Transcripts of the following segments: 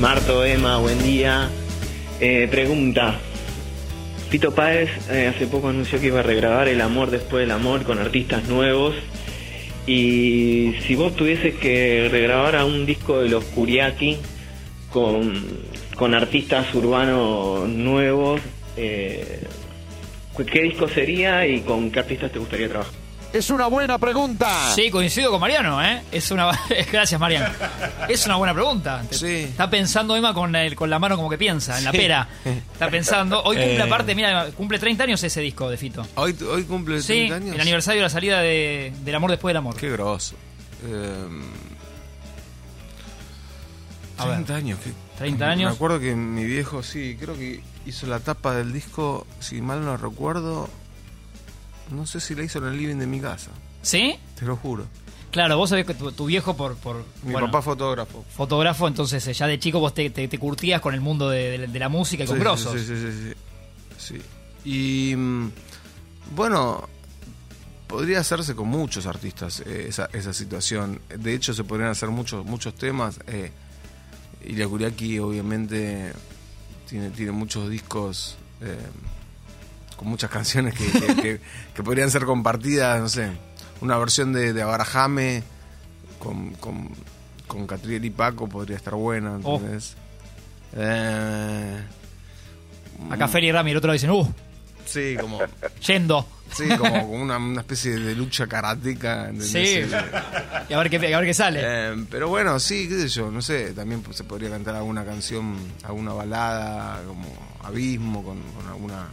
Marto, Emma, buen día. Eh, pregunta. Tito Páez eh, hace poco anunció que iba a regrabar El amor después del amor con artistas nuevos. Y si vos tuvieses que regrabar a un disco de los Kuriaki con, con artistas urbanos nuevos, eh, ¿qué disco sería y con qué artistas te gustaría trabajar? Es una buena pregunta. Ah. Sí, coincido con Mariano, ¿eh? Es una... Gracias, Mariano. Es una buena pregunta. Te- Sí. Está pensando Emma con, el, con la mano como que piensa, en la Sí. pera. Está pensando. Hoy cumple Eh. aparte, mira, cumple 30 años ese disco de Fito. Hoy, hoy cumple Sí, 30 años. el aniversario de la salida de, del amor después del amor. Qué grosso. Em, A ver. 30 años. qué- 30 años. Me acuerdo que mi viejo, sí, creo que hizo la tapa del disco, si mal no recuerdo. No sé si la hizo en el living de mi casa, ¿Sí? te lo juro. Claro, vos sabés que tu, tu viejo por... por Mi bueno, papá fotógrafo. Fotógrafo, entonces eh, ya de chico vos te, te- te curtías con el mundo de, de- de la música y con Sí, grosos. Sí, sí, sí, sí, sí. Y mm, bueno, podría hacerse con muchos artistas eh, esa, esa situación. De hecho, se podrían hacer muchos, muchos temas. eh, y la Kuriaki obviamente tiene, tiene muchos discos. eh, con muchas canciones que, que- que- que podrían ser compartidas, no sé, una versión de, de Abarajame con, con, con Catriel y Paco podría estar buena, Oh. ¿entendés? Eh, Acá Feli y Rami el otro lado dicen, uh, Sí, como, yendo. sí, como, como una, una especie de lucha karateca. ¿entendés? Sí. Y a ver qué, a ver qué sale. Eh, pero bueno, sí, qué sé yo, no sé, también se podría cantar alguna canción, alguna balada, como Abismo, con, con alguna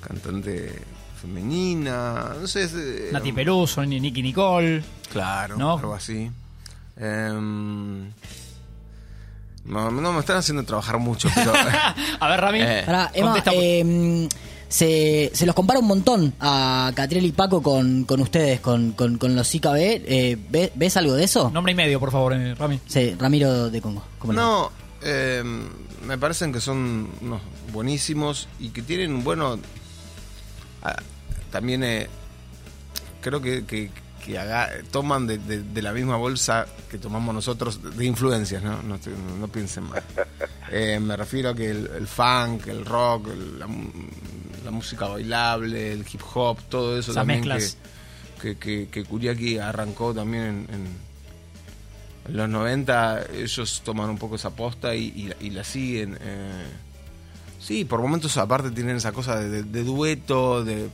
cantante femenina, no sé. es- eh, Nati Peluso, Ni- Nicky Nicole. Claro, ¿No? algo así. Em, no, no, me están haciendo trabajar mucho, pero... A ver, Rami. Eh. Pará, Emma, contesta- eh, se, se los compara un montón a Catriel y Paco con, con ustedes, con, con, con los IKB. Eh, ¿ve- ¿Ves algo de eso? Nombre y medio, por favor, eh, Rami. Sí, Ramiro de Congo. ¿cómo le va? No, eh, me parecen que son unos buenísimos y que tienen, bueno, ah, también eh, creo que, que- que haga- toman de, de- de la misma bolsa que tomamos nosotros de influencias, ¿no? No, estoy- no- no piensen mal. Eh, me refiero a que el, el funk, el rock, el- la, mu- la música bailable, el hip hop, todo eso Esas también mezclas. que, que, que, que Kuriaki arrancó también en- en en los 90 ellos toman un poco esa posta y, y la- y la siguen. eh. Sí, por momentos aparte tienen esa cosa de, de- de dueto, de,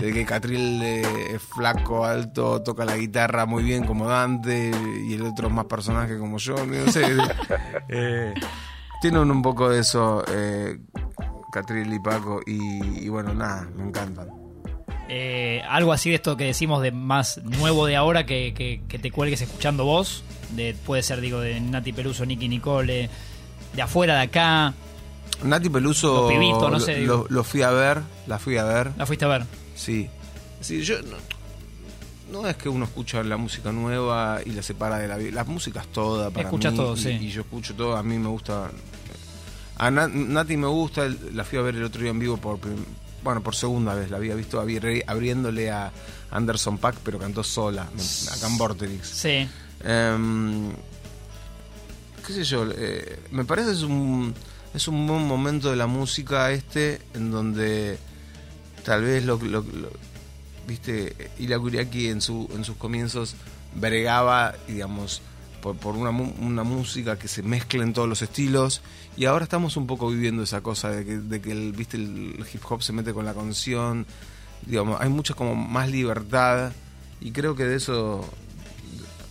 de que Catril eh, es flaco, alto, toca la guitarra muy bien como Dante y el otro es más personaje como yo. No sé. Eh, tienen un poco de eso eh, Catril y Paco y, y bueno, nada, me encantan. Eh, algo así de esto que decimos de más nuevo de ahora que, que- que te cuelgues escuchando vos. De, puede ser, digo, de Nati Peluso, Nicky Nicole, de afuera de acá. Nati Peluso Los pibitos, no sé, lo- digo. lo- lo fui a ver, la fui a ver. La fuiste a ver. Sí. Sí, yo no, no es que uno escucha la música nueva y la separa de la vie- Las músicas todas para Escuchas mí, todo, y, sí. y yo escucho todo, a mí me gusta. A Na- Nati me gusta, el- la fui a ver el otro día en vivo por prim- bueno, por segunda vez la había visto abri- abriéndole a Anderson Pack, pero cantó sola, me- acá en Vorterix. Sí. Em, qué sé yo, eh, me parece es un, es un buen momento de la música este en donde tal vez lo, lo- lo- viste, Ila Kuriaki en, su, en sus comienzos bregaba, digamos, por, por una, mu- una música que se mezcla en todos los estilos y ahora estamos un poco viviendo esa cosa de que, de que el, viste, el, el hip hop se mete con la canción, digamos, hay mucha como más libertad y creo que de eso...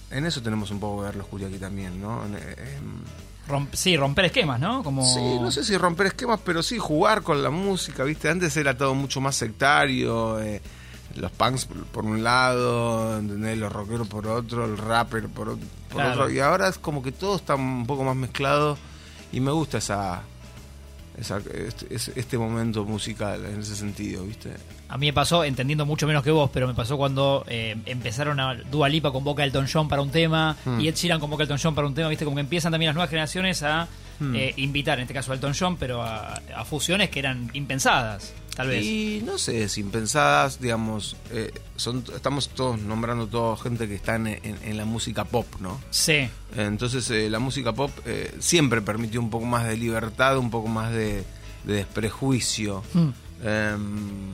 En eso tenemos un poco que ver los Kuriaki también, ¿no? En- en- Romp- sí, romper esquemas, ¿no? Como... Sí, no sé si romper esquemas, pero sí jugar con la música, ¿viste? Antes era todo mucho más sectario. eh, los punks por- por un lado, ¿entendés? los rockeros por otro, el rapper por, ot- por Claro. otro. Y ahora es como que todo está un poco más mezclado y me gusta esa, esa- este, es- este momento musical en ese sentido, ¿viste? A mí me pasó, entendiendo mucho menos que vos, pero me pasó cuando eh, empezaron a Dua Lipa con Boca Elton John para un tema Hmm. y Ed Sheeran con Boca Elton John para un tema, viste, como que empiezan también las nuevas Hmm. generaciones a eh, invitar, en este caso a Elton John, pero a, a fusiones que eran impensadas. Tal vez. Y no sé, sin pensadas, digamos, eh, son, estamos todos nombrando toda gente que está en, en- en la música pop, ¿no? Sí. Entonces eh, la música pop eh, siempre permitió un poco más de libertad, un poco más de, de desprejuicio. Mm. Em,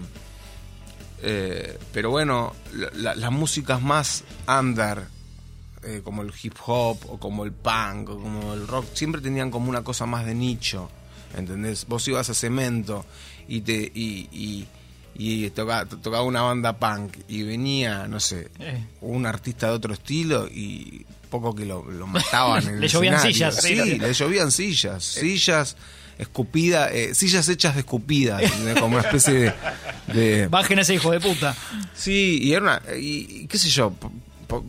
eh, pero bueno, la- la- las músicas más under, eh, como el hip hop o como el punk o como el rock, siempre tenían como una cosa más de nicho. ¿Entendés? Vos ibas a cemento y te y, y- y toca- tocaba, una banda punk y venía, no sé, Eh. un artista de otro estilo y poco que lo, lo mataban. en el Le llovían escenario. sillas, sí, Sí, también. le llovían sillas. Sillas escupidas, eh, sillas hechas de escupidas, ¿entendés? como una especie de- de Bajen a ese hijo de puta. Sí, y era una. Y, y qué sé yo. po- po-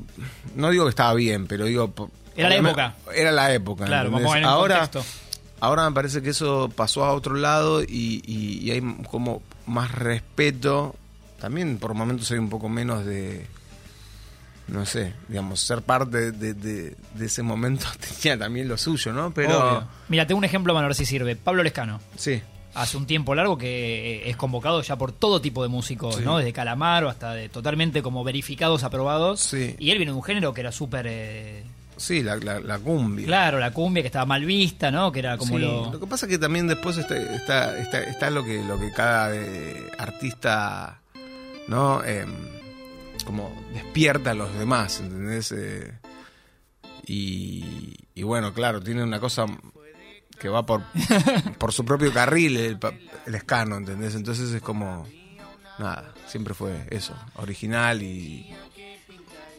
no digo que estaba bien, pero digo. po- Era la obviamente- época. Era la época. Claro, ¿entendés? vamos a ver en ahora, contexto. ahora me parece que eso pasó a otro lado y, y- y hay como más respeto. También por momentos hay un poco menos de. No sé, digamos, ser parte de, de- de ese momento tenía también lo suyo, ¿no? Pero. Obvio. Mira, tengo un ejemplo para ver si sirve. Pablo Lescano. Sí. hace un tiempo largo que eh, es convocado ya por todo tipo de músicos, Sí. ¿no? Desde Calamaro hasta de totalmente como verificados, aprobados. Sí. Y él viene de un género que era súper... eh, Sí, la, la, la cumbia. claro, la cumbia, que estaba mal vista, ¿no? Que era como Sí, lo... que pasa es que también después está, está, está, está lo que lo que cada eh, artista no Em, como despierta a los demás, ¿entendés? Eh, y, y bueno, claro, tiene una cosa que va por, por su propio carril el, pa- el escano, ¿entendés? Entonces es como nada, siempre fue eso, original y,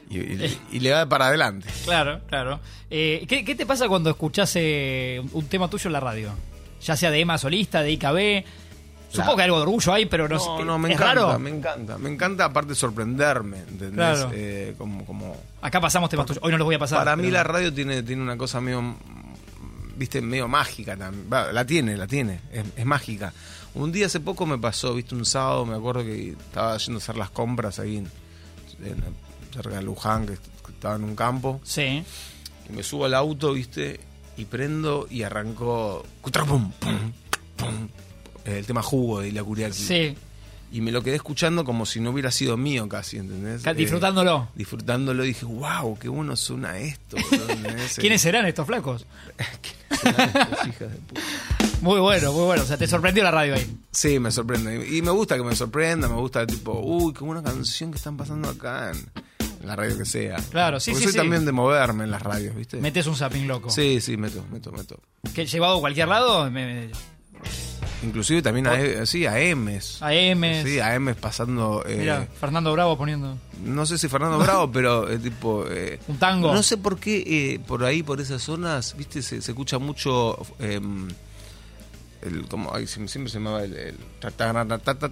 y, Eh. y- y le va para adelante. Claro, claro. Eh, ¿qué, qué te pasa cuando escuchás eh, un tema tuyo en la radio? Ya sea de Emma Solista, de IKB... Supongo que algo de orgullo hay, pero no, sé. No, no, me ¿Es encanta, raro? me encanta. Me encanta aparte sorprenderme, ¿entendés? Claro. Eh, como, como... Acá pasamos temas tuyos. Hoy no los voy a pasar. Para mí pero- la radio tiene, tiene una cosa medio, mm, viste, medio mágica también. Va, La tiene, la tiene, es, es mágica. Un día hace poco me pasó, viste, un sábado, me acuerdo que estaba yendo a hacer las compras ahí en, en- cerca de Luján, que est- que estaba en un campo. Sí. Y me subo al auto, ¿viste? Y prendo y arrancó. cutra, pum, pum, pum, El tema jugo de la curia Sí. y me lo quedé escuchando como si no hubiera sido mío casi, ¿entendés? Ca- Eh, disfrutándolo. disfrutándolo dije, wow, qué bueno suena esto. boludo", ¿entendés? Eh, ¿Quiénes serán estos flacos? estos hijos de puta? Muy bueno, muy bueno. O sea, te sorprendió la radio ahí. Sí, me sorprende. Y me gusta que me sorprenda, me gusta tipo, uy, qué buena canción que están pasando acá en, en la radio que sea. Claro, sí, Porque sí, soy sí. también de moverme en las radios, ¿viste? Metes un zapping loco. Sí, sí, meto, meto, meto. Que llevado a cualquier lado, me- me- Inclusive también a, E, sí, a M's. AM, Sí, a M's pasando... eh, mira, Fernando Bravo poniendo no sé si Fernando Bravo, pero eh, tipo... eh, un tango. No sé por qué eh, por ahí, por esas zonas, viste, se, se escucha mucho. em, el, como, ay, se me- siempre se me va el. El, tatararatatá,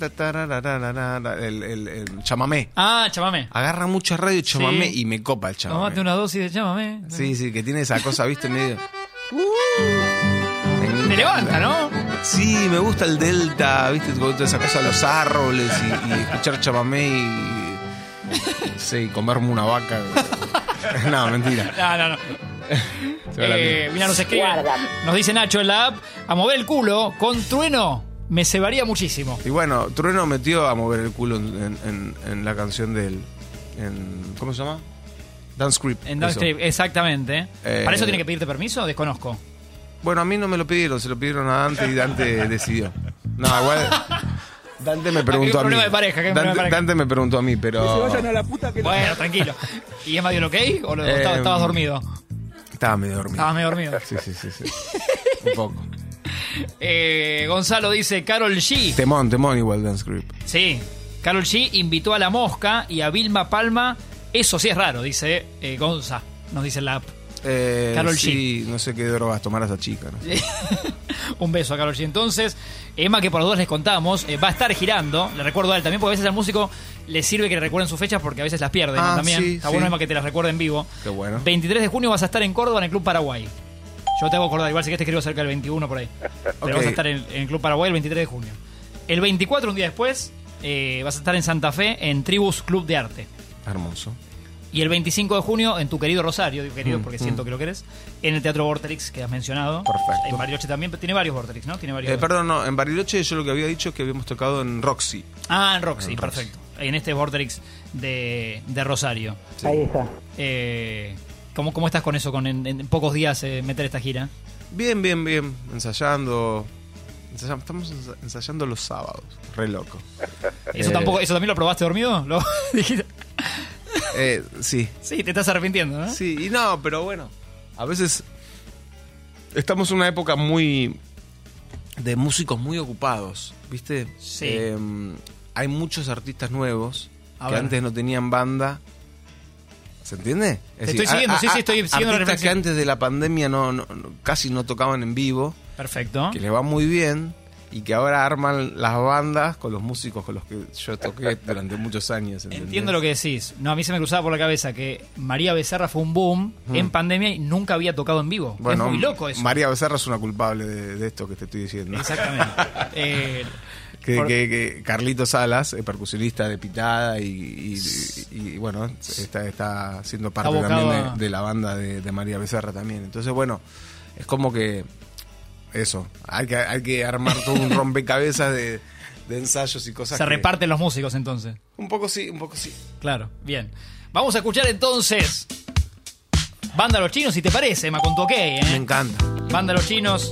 tatararararara, el, el- el chamamé. Ah, chamame. Agarra mucha radio chamamé Sí. y me copa el Tomate chamamé. una dosis de chamame. Sí, sí, que tiene esa cosa, viste, medio. Me encanta. Te levanta, ¿no? Sí, me gusta el delta, viste, Con toda esa cosa de los árboles y, y escuchar chamamé y. No sé, y comerme una vaca. no, mentira. No, no, no. Se va la Eh, mierda. mira, nos escribe. Nos dice Nacho en la app. A mover el culo con trueno me cebaría muchísimo. Y bueno, Trueno metió a mover el culo en, en- en- en la canción del. en- ¿Cómo se llama? Dance Creep. En Dark eso. Trip, exactamente. Eh, ¿Para eso tiene que pedirte permiso? Desconozco. Bueno, a mí no me lo pidieron, se lo pidieron a Dante y Dante decidió. No, igual. Dante me preguntó un a mí. problema de pareja, que hay un problema Dante, de pareja. Dante me preguntó a mí, pero. Bueno, tranquilo. ¿Y Emma dio el ok? ¿O lo- Eh, mm. estabas, estabas dormido? Estaba medio dormido. Estabas medio dormido. Sí, sí, sí, sí. Un poco. Eh, Gonzalo dice: Carol G. Temón, temón igual Dance Creep. Sí. Carol G invitó a La Mosca y a Vilma Palma. Eso sí es raro, dice eh, Gonza. Nos dice la app. Eh, Karol sí, no sé qué drogas tomará esa chica. ¿no? Un beso a Carol G. Entonces, Emma, que por los dos les contamos, eh, va a estar girando. Le recuerdo a él también, porque a veces al músico le sirve que le recuerden sus fechas porque a veces las pierde ¿no? Ah, también. sí, Está sí. bueno, Emma, que te las recuerde en vivo. Qué bueno. 23 de junio vas a estar en Córdoba en el Club Paraguay. Yo te hago acordar, igual sé que te escribo cerca del 21 por ahí. Pero Ok. vas a estar en, en el Club Paraguay el 23 de junio. El 24, un día después, eh, vas a estar en Santa Fe en Tribus Club de Arte. Hermoso. Y el 25 de junio en tu querido Rosario, digo Mm, querido porque siento que lo querés, en el Teatro Vorterix que has mencionado. Perfecto. En Bariloche también, pero tiene varios Vorterix, ¿no? Tiene varios. Eh, perdón, no, en Bariloche yo lo que había dicho es que habíamos tocado en Roxy. Ah, en Roxy, En Roxy. perfecto. En este Vorterix de, de Rosario. Sí. Ahí está. Eh, ¿cómo, ¿Cómo estás con eso, con en, en pocos días eh, meter esta gira? Bien, bien, bien. Ensayando. Ensayam- estamos ensa- ensayando los sábados. Re loco. ¿Eso, Eh. tampoco, ¿Eso también lo probaste dormido? ¿Lo, dijiste? Eh, sí. sí, te estás arrepintiendo, ¿no? Sí, y no, pero bueno. A veces estamos en una época muy. de músicos muy ocupados, ¿viste? Sí. Eh, hay muchos artistas nuevos A que ver. antes no tenían banda. ¿Se entiende? Te estoy siguiendo, sí, sí, estoy siguiendo la Artistas que reflexión. antes de la pandemia no, no- no- casi no tocaban en vivo, Perfecto. que les va muy bien y que ahora arman las bandas con los músicos con los que yo toqué durante muchos años. ¿entendés? Entiendo lo que decís. No, a mí se me cruzaba por la cabeza que María Becerra fue un boom en pandemia y nunca había tocado en vivo. Mm. Bueno, es muy loco eso. María Becerra es una culpable de, de esto que te estoy diciendo. Exactamente. Eh, Que, por- que- que Carlito Salas, eh, percusionista de Pitada y, y- y, bueno, está, está siendo parte Está abocado también de- a- de, la banda de, de María Becerra también. Entonces, bueno, es como que eso, hay que, hay que armar todo un rompecabezas de, de ensayos y cosas. se que- reparten los músicos entonces. Un poco sí, un poco sí. Claro, bien. Vamos a escuchar entonces Banda Los Chinos, si te parece, ma con tu ok, ¿eh? Me encanta. Banda Los Chinos.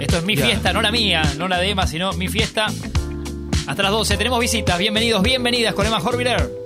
Esto es mi Ya. fiesta, no la mía, no la de Emma, sino mi fiesta. Hasta las 12. Tenemos visitas. Bienvenidos, bienvenidas con Emma Horviller.